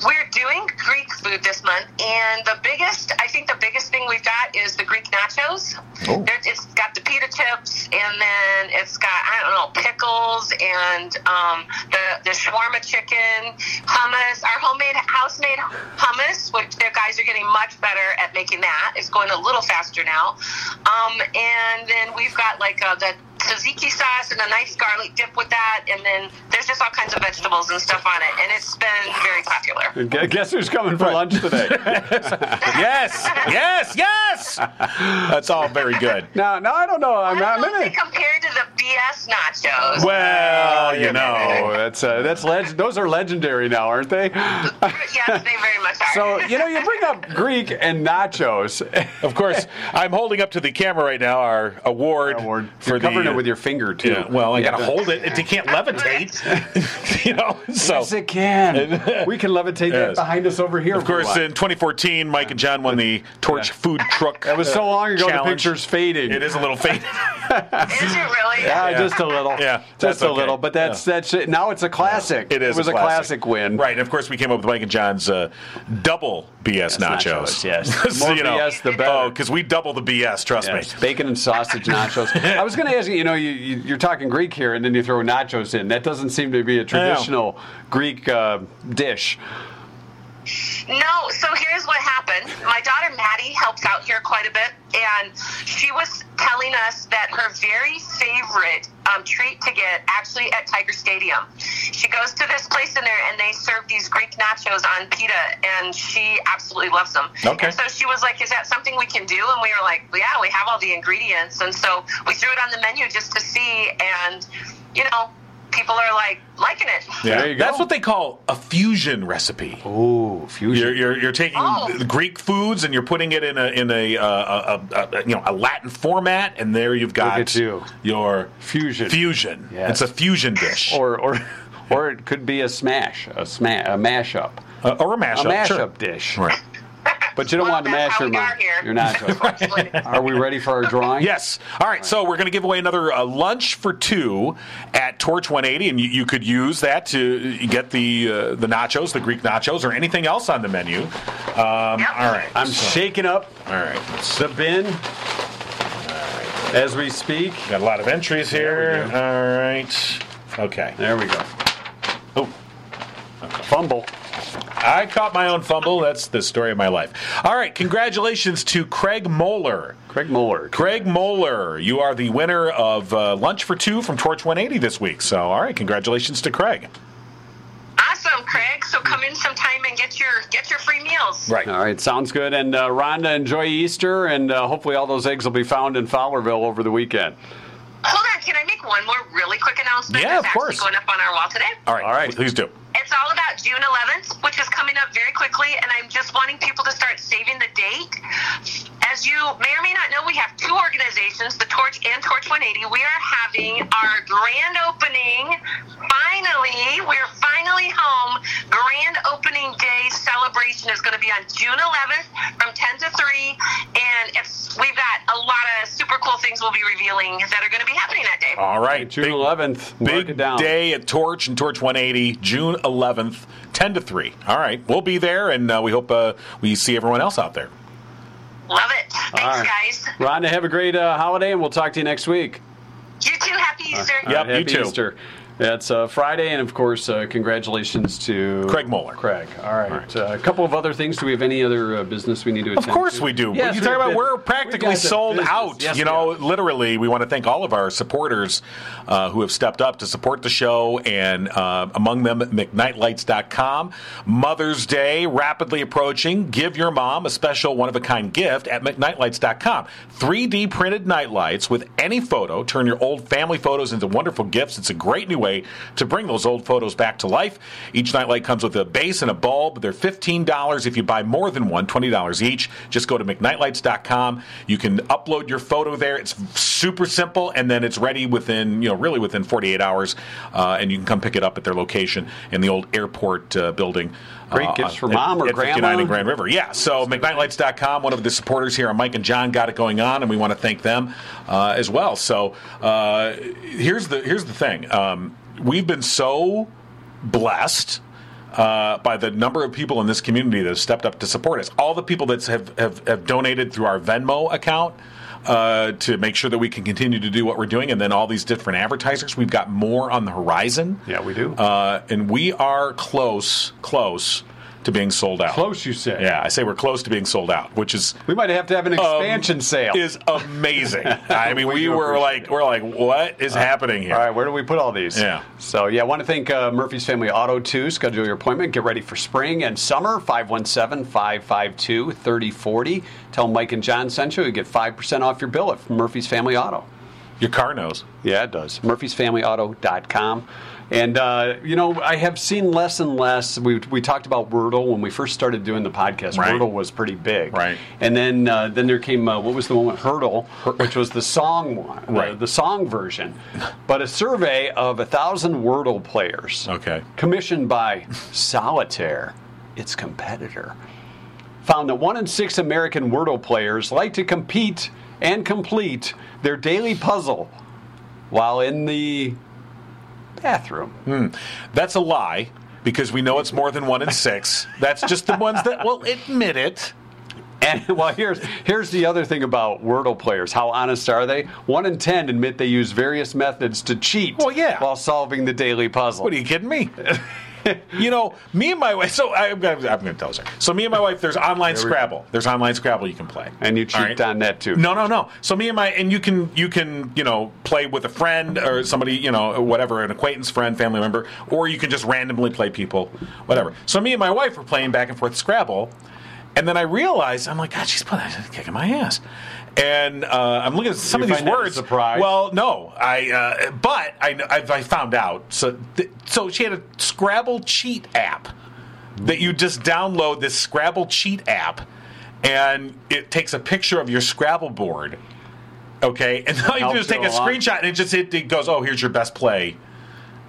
We're doing Greek food this month, and the biggest, I think the biggest thing we've got is the Greek nachos.
Oh.
There- It's got the pita chips, and then it's got, I don't know, pickles and um, the, the shawarma chicken, hummus, our homemade, house-made hummus, which the guys are getting much better at making that. It's going a little faster now. Um, and then we've got like uh, the tzatziki sauce and a nice garlic dip with that, and then there's just all kinds of vegetables and stuff on it, and it's been very popular.
Gu- Guess who's coming for lunch today?
Yes, yes, yes. That's all very good.
now, now I don't know. I'm,
I
I'm
don't know
in
if
it.
they compare to the BS nachos.
Well, you
Oh,
know.
that's uh, that's leg- Those are legendary now, aren't they?
yes, they very much are.
So you know, you bring up Greek and nachos.
Of course, I'm holding up to the camera right now our award,
Award.
for
You're covering
the, uh,
it with your finger too.
Yeah, well, I
You
gotta
have
hold it. You can't levitate, you know. So
Yes, it can. we can levitate that
Yes.
behind us over here.
Of course, in
it
2014, Mike and John won the Torch Food Truck. That
was so long ago. The
uh, Challenge.
picture's fading.
It is a little faint.
Is it really?
Ah,
Yeah.
just a little.
Yeah, that's
just a
okay.
little. But that's that's it. Now it's a classic.
It is.
It was a classic, win.
right? And of course, we came up with Mike and John's uh, double BS nachos.
nachos, yes. More BS, the better.
because oh, we double the BS. Trust
Yes,
me.
bacon and sausage nachos. I was going to ask you. You know, you, you, you're talking Greek here, and then you throw nachos in. That doesn't seem to be a traditional Greek uh, dish.
No, so here's what happened. My daughter Maddie helps out here quite a bit, and she was telling us that her very favorite um, treat to get actually at Tiger Stadium. She goes to this place in there, and they serve these Greek nachos on pita, and she absolutely loves them.
Okay.
And so she was like, "Is that something we can do?" And we were like, "Yeah, we have all the ingredients," and so we threw it on the menu just to see, and you know, people are like liking it.
Yeah.
There you go.
That's what they call a fusion recipe.
Ooh, fusion.
You're, you're, you're taking
Oh.
Greek foods and you're putting it in a in a, uh, a, a, a you know a Latin format, and there you've got
at you.
your
Fusion.
Fusion.
Yes.
It's a fusion dish
or or or it could be a smash, a smash, a mashup,
Uh, or a
a
mashup.
mashup
sure.
dish.
Right.
But you don't
Well,
want to mash
that's how
your
we are
mind.
here.
You're not. Joe. Are we ready for our drawing?
Yes. All right. So we're going to give away another uh, lunch for two at Torch 180, and you, you could use that to get the uh, the nachos, the Greek nachos, or anything else on the menu. Um, All right.
I'm
So-
shaking up
All right. So
the bin as we speak.
got a lot of entries here. All right. Okay.
There we go.
Oh,
Fumble.
I caught my own fumble. That's the story of my life. All right. Congratulations to Craig Moeller.
Craig Muller.
Craig Moeller, you are the winner of uh, Lunch for Two from Torch 180 this week. So, all right, congratulations to Craig.
Awesome, Craig. So come in sometime and get your get your free meals.
Right.
All right, sounds good. And uh, Rhonda, enjoy Easter, and uh, hopefully all those eggs will be found in Fowlerville over the weekend.
Hold on,
can I make one more really quick announcement?
Yeah,
It's
of course.
actually going up on our wall today.
All right,
All right.
Please do.
It's all about June 11th, which is coming up very quickly, and I'm just wanting people to start saving the date. As you may or may not know, we have two organizations, the Torch and Torch 180. We are having our grand opening. Finally, we're finally home. Grand opening day celebration is going to be on June 11th from 10 to 3, and it's, we've got a lot of super cool things we'll be revealing that are going to be happening that day.
All right. Big-
June 11th. Mark it
Big
down.
day at Torch and Torch 180, June 11th, 10 to 3. All right, we'll be there, and uh, we hope uh, we see everyone else out there.
Love it. Thanks,
All right.
guys.
Rhonda, have a great uh, holiday, and we'll talk to you next week.
You too. Happy Easter.
Yep,
All right,
you
happy
too.
Easter. That's uh, Friday, and of course, uh, congratulations to
Craig Moeller.
Craig. All right.
right.
Uh, a couple of other things. Do we have any other uh, business we need to attend
Of course
to?
we do.
Yes,
you talk
we
about
did.
we're
We
practically
got the
sold
business.
out.
Yes,
you
we
know,
are.
literally, we want to thank all of our supporters uh, who have stepped up to support the show, and uh, among them, McNightlights.com. Mother's Day rapidly approaching. Give your mom a special one of a kind gift at McNightlights.com. 3D printed nightlights with any photo. Turn your old family photos into wonderful gifts. It's a great new way to bring those old photos back to life. Each nightlight comes with a base and a bulb. They're $15 if you buy more than one, $20 each. Just go to McNightlights.com. You can upload your photo there. It's super simple, and then it's ready within, you know, really within 48 hours, uh, and you can come pick it up at their location in the old airport uh, building.
Great
uh,
gifts for
at-
mom or
at 59
grandma.
and Grand River. Yeah, so McNightlights.com, one of the supporters here on Mike and John got it going on, and we want to thank them uh, as well. So uh, here's the here's the thing: um, we've been so blessed uh, by the number of people in this community that have stepped up to support us. All the people that have, have, have donated through our Venmo account uh, to make sure that we can continue to do what we're doing, and then all these different advertisers. We've got more on the horizon.
Yeah, we do.
Uh, and we are close, close to being sold out.
Close, you say.
Yeah, I say we're close to being sold out, which is
We might have to have an expansion sale.
is amazing. I mean,
We
we
do
were
appreciate Uh,
like, we're like, what is happening here?
All right, where do we put all these?
Yeah.
So, yeah, I want to thank uh, Murphy's Family Auto, too. Schedule your appointment. Get ready for spring and summer. 517 552 3040. Tell Mike and John sent you. You get 5% off your bill at Murphy's Family Auto.
Your car knows.
Yeah, it does. Murphy'sFamilyAuto.com. And, uh, you know, I have seen less and less. We, we talked about Wordle when we first started doing the podcast.
Right.
Wordle was pretty big.
Right.
And then uh, then there came, uh, what was the one with Hurdle, which was the song one, the- the,
Right.
song version. But a survey of a 1,000 Wordle players
Okay.
commissioned by Solitaire, its competitor, found that one in six American Wordle players like to compete and complete their daily puzzle while in the bathroom.
That's a lie because we know it's more than one in six. That's just the ones that will admit it.
And well, here's here's the other thing about Wordle players. How honest are they? One in ten admit they use various methods to cheat.
Well, yeah.
while solving the daily puzzle.
What are you kidding me? you know, me and my wife. So I, I'm gonna, I'm going to tell us. So me and my wife. There's online
There we go.
Scrabble. There's online Scrabble you can play.
and you
All
cheat
right?
on that too.
No, no, no. So me and my and you can you can you know play with a friend or somebody you know whatever an acquaintance, friend, family member, or you can just randomly play people, whatever. So me and my wife were playing back and forth Scrabble, and then I realized I'm like, God, she's playing, she's kicking my ass, and uh, I'm looking at some
You
of these
find that a
words.
surprise?
Well, no, I uh, but I, kn- I I found out so th- so she had a Scrabble cheat app that you just download this Scrabble cheat app, and it takes a picture of your Scrabble board. Okay, and all you
Helps
do is take
you
a
a lot.
screenshot, and it just it, it goes, "Oh, here's your best play,"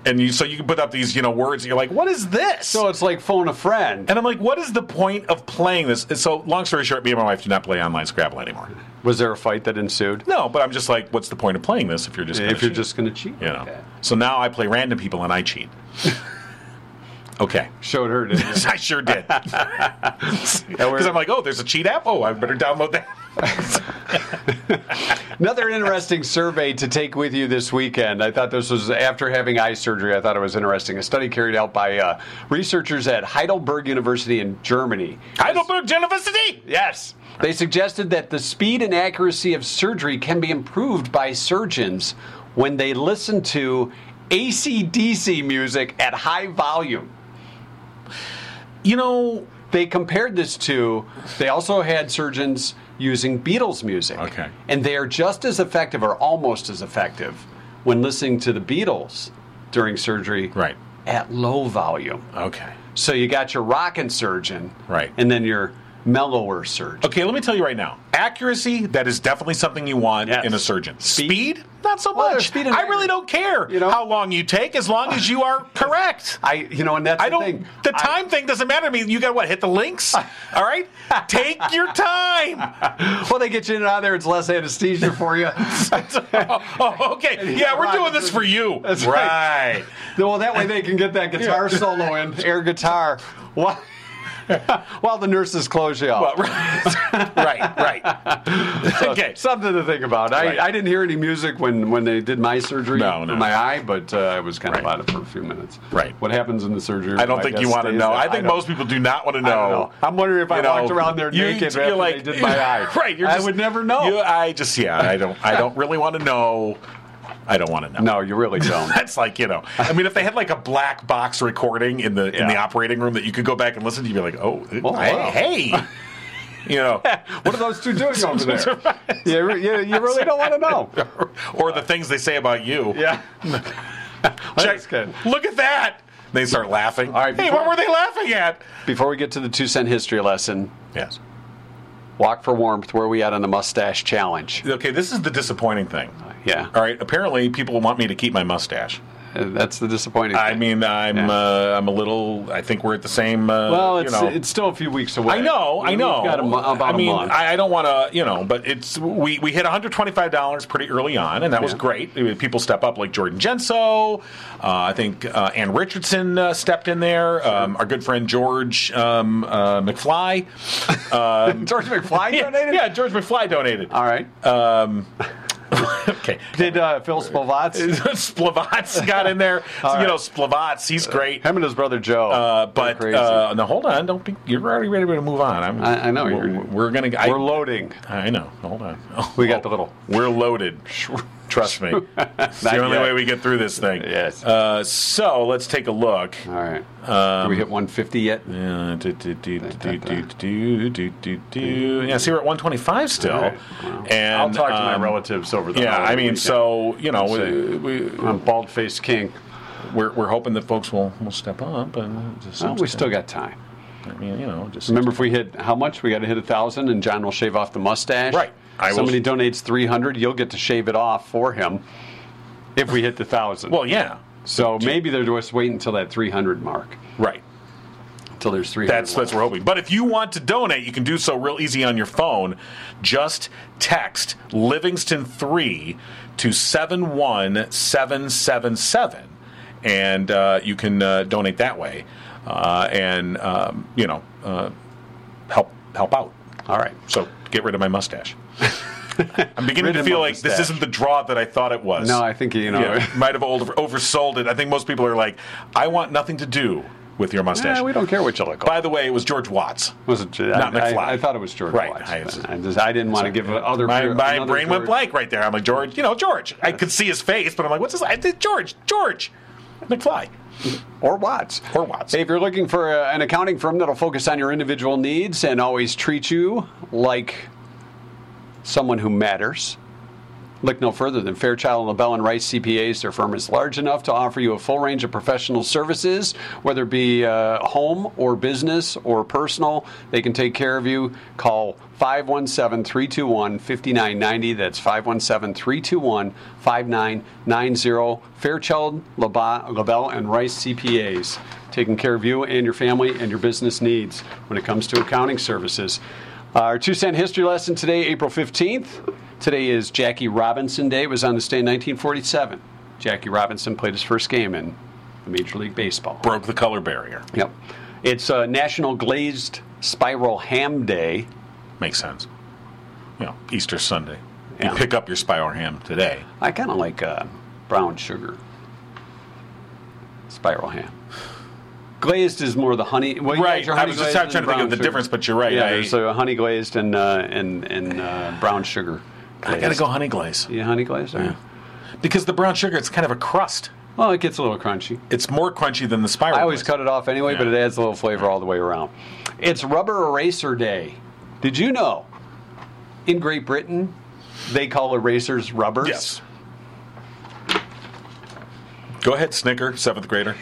and you so you can put up these you know words, and you're like, "What is this?"
So it's like phone a friend.
and I'm like, "What is the point of playing this?" And so, long story short, me and my wife do not play online Scrabble anymore.
Was there a fight that ensued?
No, but I'm just like, "What's the point of playing this if you're just gonna
If you're
cheat?"
just going to cheat,
you know?"
like that.
So now I play random people and I cheat. okay.
showed her. Didn't you?
I sure did. Because I'm like, oh, there's a cheat app. Oh, I better download that.
Another interesting survey to take with you this weekend. I thought this was after having eye surgery. I thought it was interesting. A study carried out by uh, researchers at Heidelberg University in Germany.
Heidelberg University.
Yes. They suggested that the speed and accuracy of surgery can be improved by surgeons when they listen to ACDC music at high volume.
You know,
They compared this to, they also had surgeons using Beatles music.
Okay.
And they are just as effective or almost as effective when listening to the Beatles during surgery
Right.
at low volume.
Okay.
So you got your rockin' surgeon,
Right.
and then your mellower surgeon.
Okay, let me tell you right now. Accuracy, that is definitely something you want
Yes.
in a surgeon.
Speed?
Not so
Well, there's
much.
speed and
I
accuracy.
really don't care
You know?
how long you take as long as you are correct.
I, you know, and that's
I
the
don't.
thing.
The
I-
time thing doesn't matter to me. You got what? Hit the links. All right. Take your time.
well, they get you in and out of there. It's less anesthesia for you.
Oh, okay. Yeah, we're doing this for you.
That's right.
Right.
well, that way they can get that guitar solo in, air guitar, while, while the nurses close you
Well,
up.
right. right. Right. Okay.
Something to think about. I,
Right.
I didn't hear any music when, when they did my surgery
No,
for
no.
my eye, but uh, I was kind of
Right.
out of it for a few minutes.
Right.
What happens in the surgery?
I don't
room,
think you
guess,
want to
stays
know.
there.
I think
don't-
most people do not want to know.
I don't know. I'm wondering if I walked around there
you-
naked
you're
after
like,
they did my eye.
Right, you're
I
just-
would never know.
you- I just yeah, I don't I don't really want to know. I don't want to know.
no, you really don't.
That's like you know. I mean, if they had like a black box recording in the in the
Yeah.
operating room that you could go back and listen to, you'd be like, oh, hey,
Oh, wow.
hey. you know,
what are those two doing over there? you, you, you really don't want to know.
or the things they say about you.
Yeah. That's
Check,
good.
look at that. They start laughing.
All right,
hey,
before-
what were they laughing at?
Before we get to the two cent history lesson,
Yes.
walk for warmth. Where are we at on the mustache challenge?
Okay, this is the disappointing thing.
Yeah,
All right, apparently people want me to keep my mustache.
Uh, that's the disappointing.
I
thing.
mean, I'm
Yeah.
uh, I'm a little. I think we're at the same. Uh,
well, it's
you know,
it's still a few weeks away.
I know, I
We've
know.
Got a mo- about
I mean,
a month.
I, I don't want to, you know, but it's we we hit 125 dollars pretty early on, and that was
Yeah.
great. I mean, People step up like Jordan Genso. Uh, I think uh, Ann Richardson uh, stepped in there. Um, our good friend George um, uh, McFly. Um,
George McFly
yeah,
donated.
yeah, George McFly donated.
All right.
Um, okay.
Did uh, Phil Spavats?
Splavats got in there.
All
You know,
right.
Splavats, he's great.
Him and his brother Joe.
Uh,
They're
but
crazy.
uh, now hold on, don't be. You're already ready to move on. I'm,
I- I know,
We're,
you're-
we're gonna. I,
we're loading.
I know. Hold on.
We got the little-
We're loaded. Trust me. It's
Not
the only
yet.
way we get through this thing.
Yes.
Uh, so let's take a look.
All right.
Um,
Did we hit 150 yet?
uh, do, do, do, do, do, do, do, do, do. Yeah, see, we're at 125 still.
All right. Wow.
And
I'll talk to my
um,
relatives over the
Yeah,
holiday
I mean,
weekend.
so you know,
Let's
we,
see.
we,
I'm bald faced king.
we're we're hoping that folks will will step up and just
Well, we still got time.
I mean, you know, just
Remember, if we hit how much? We got to hit a thousand, and John will shave off the mustache.
Right. I will-
Somebody donates three hundred, you'll get to shave it off for him if we hit the thousand.
Well, yeah,
so maybe they're just waiting until that three hundred mark,
right.
until there's three hundred.
That's that's what we're hoping. But if you want to donate, you can do so real easy on your phone. Just text Livingston three to seven one seven seven seven, and uh, you can uh, donate that way, uh, and um, you know, uh, help help out.
All right.
So get rid of my mustache. I'm beginning
Rid
to
him
feel
of
like this
mustache.
isn't the draw that I thought it was.
No, I think you know.
Yeah, might have over, oversold it. I think most people are like, I want nothing to do with your mustache.
Eh, we don't care what you look like.
By the way, it was George Watts.
Was it,
Not
I, I-
McFly.
I thought it was George
Right.
Watts.
I-
but I, just, I didn't want to give other.
My, my
another
brain went
George-
blank right there. I'm like George, you know George. I could see his face, but I'm like, what's this? I did George, George, McFly.
or Watts.
Or Watts.
Hey, if you're looking for uh, an accounting firm that'll focus on your individual needs and always treat you like someone who matters, look no further than Fairchild LaBelle and Rice CPAs. Their firm is large enough to offer you a full range of professional services, whether it be uh, home or business or personal. They can take care of you. Call 517 321 5990. That's 517 321 5990. Fairchild LaBa- LaBelle and Rice CPAs. Taking care of you and your family and your business needs when it comes to accounting services. Our two cent history lesson today, April 15th. Today is Jackie Robinson Day. It was on this day in 1947. Jackie Robinson played his first game in the Major League Baseball.
Broke the color barrier.
Yep. It's uh, National Glazed Spiral Ham Day.
Makes sense. You know, Easter Sunday.
Yeah.
You pick up your spiral ham today.
I kind of like uh, brown sugar spiral ham. Glazed is more the honey. Well, you
Right.
got your
I
honey
was just
glazed
trying
and
to think of
brown
the
sugar.
difference, but you're right.
Yeah,
I-
there's uh, honey glazed and uh, and and uh, brown sugar.
I gotta
glazed.
go honey glaze
Yeah, honey glazed. All right.
because the brown sugar it's kind of a crust.
Well, it gets a little crunchy.
It's more crunchy than the spiral.
I always
glaze.
cut it off anyway, but
Yeah.
it adds a little flavor all the way around. It's Rubber Eraser Day. Did you know? In Great Britain, they call erasers rubbers.
Yes. Go ahead, Snicker, seventh grader.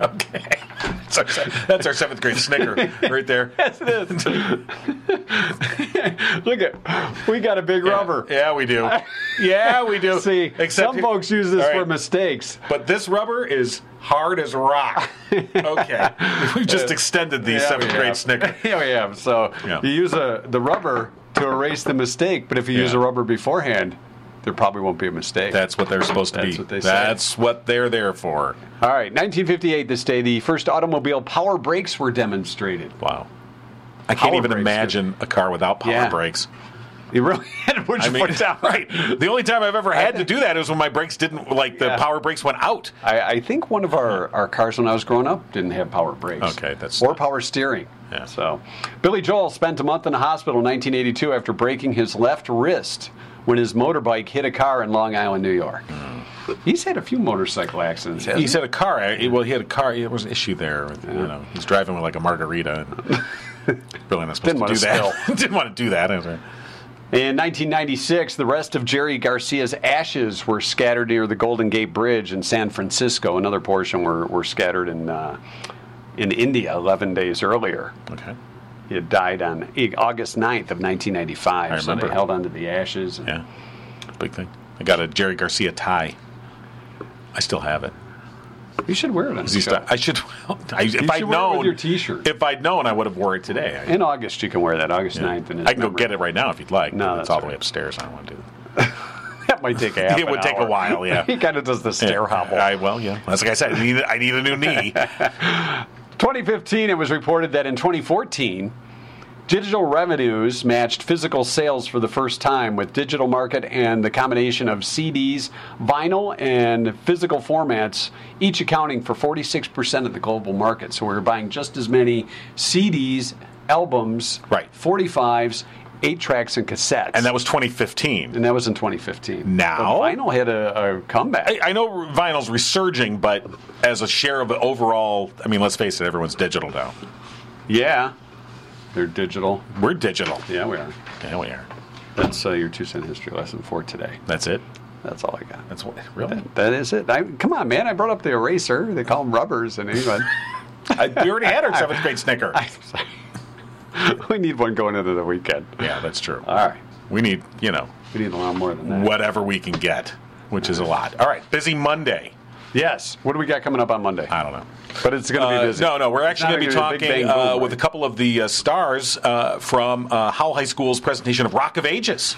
okay. That's our, se- that's our seventh grade Snicker right there.
Yes, it is. Look at, we got a big rubber.
Yeah, we do. Yeah, we do.
See, some
he-
folks use this
All right.
for mistakes.
But this rubber is hard as rock. Okay. We've just extended the
Yeah,
seventh
we
grade
have.
Snicker.
Yeah, we have. So
Yeah.
you use a, the rubber to erase the mistake, but if you use
Yeah.
a rubber beforehand, there probably won't be a mistake.
That's what they're supposed to
That's
be.
what they say.
That's what they're there for.
All right, 1958, this day, the first automobile power brakes were demonstrated.
Wow. I can't
Power
even
brakes,
imagine a car without power
Yeah.
brakes.
You really had to put
I
your
mean,
foot down.
right. The only time I've ever had to do that is when my brakes didn't, like, the
Yeah.
power brakes went out.
I, I think one of our, our cars when I was growing up didn't have power brakes.
Okay, that's-
or power steering.
Yeah.
So, Billy Joel spent a month in the hospital in 1982 after breaking his left wrist when his motorbike hit a car in Long Island, New York. He's had a few motorcycle accidents. Hasn't
He said Hmm. a car. eh, Well, he had a car. There was an issue there. With, You know, he's driving with like a margarita. And really not supposed
Didn't
to
wanna
do that. Didn't want to do that. I was like,
In 1996, the rest of Jerry Garcia's ashes were scattered near the Golden Gate Bridge in San Francisco. Another portion were, were scattered in, uh, in India 11 days earlier.
Okay.
He had died on August 9th of 1995.
I
So they
remember.
held onto the ashes.
Yeah. Big thing. I got a Jerry Garcia tie. I still have it.
You should wear it on
Is he
the show.
sti- I should. I, if
You
I'd
should wear it
known
with your T-shirt.
If I'd known, I would have wore it today. I,
In August, you can wear that, August 9th. In his
I can go
memory.
get it right now if you'd like.
No,
it's
that's
all the
all
way
right.
upstairs. I don't want to do
That might take a half
It would
an
take a
hour.
while, yeah.
he kind of does the
that.
stair hobble.
I, well, yeah. That's like I said. I need, I need a new knee.
2015, it was reported that in 2014, digital revenues matched physical sales for the first time with digital market and the combination of CDs, vinyl, and physical formats, each accounting for 46% of the global market. So we were buying just as many CDs, albums,
Right.
45s, eight tracks, and cassettes.
and that was 2015.
and that was in 2015.
Now?
But vinyl had a, a comeback.
I, I know vinyl's resurging, but as a share of the overall, I mean, let's face it, everyone's digital now.
yeah, they're digital.
We're digital.
Yeah, we are.
Yeah, we are.
That's uh, your two cent history lesson for today.
That's it.
That's all I got.
That's what. Really.
That is it. I, come on, man. I brought up the eraser. They call them rubbers in England.
I, we already had our seventh grade snicker.
I'm sorry. we need one going into the weekend.
yeah, that's true.
All right.
We need, you know,
We need a lot more than that.
whatever we can get, which is a lot. All right, busy Monday.
Yes. What do we got coming up on Monday?
I don't know.
But it's going to be
Uh,
busy.
no, no, we're actually going to be
It's not gonna a
talking
big bang
uh,
boom,
with a
right?
couple of the uh, stars uh, from uh, Howell High School's presentation of Rock of Ages.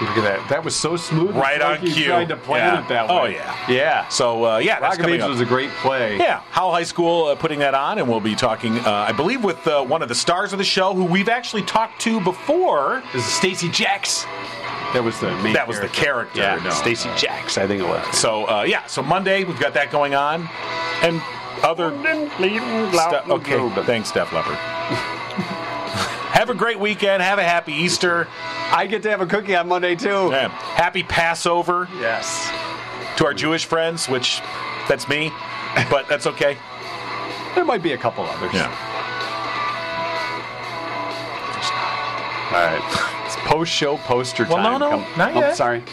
Look at that. That was so smooth. It's
Right
like
on
you
cue.
tried to plan
Yeah.
it that way.
Oh, yeah.
Yeah.
So, uh, yeah, that's
Rock of
coming
Ages
up.
was a great play.
Yeah, Howell High School uh, putting that on, and we'll be talking, uh, I believe, with uh, one of the stars of the show who we've actually talked to before.
This is Stacy Jacks. That was the main
That was the character,
Yeah.
no.
Stacy Jacks, I think it was.
So, uh, yeah, so Monday, we've got that going on. And other. Ste- okay, thanks, Steph Leopard. Have a great weekend. Have a happy Easter.
I get to have a cookie on Monday, too.
Yeah. Happy Passover
Yes.
to our Jewish friends, which that's me, but that's okay.
There might be a couple others. All right. It's post show poster
Well,
time.
no, no,
Come-
not
oh,
yet.
sorry.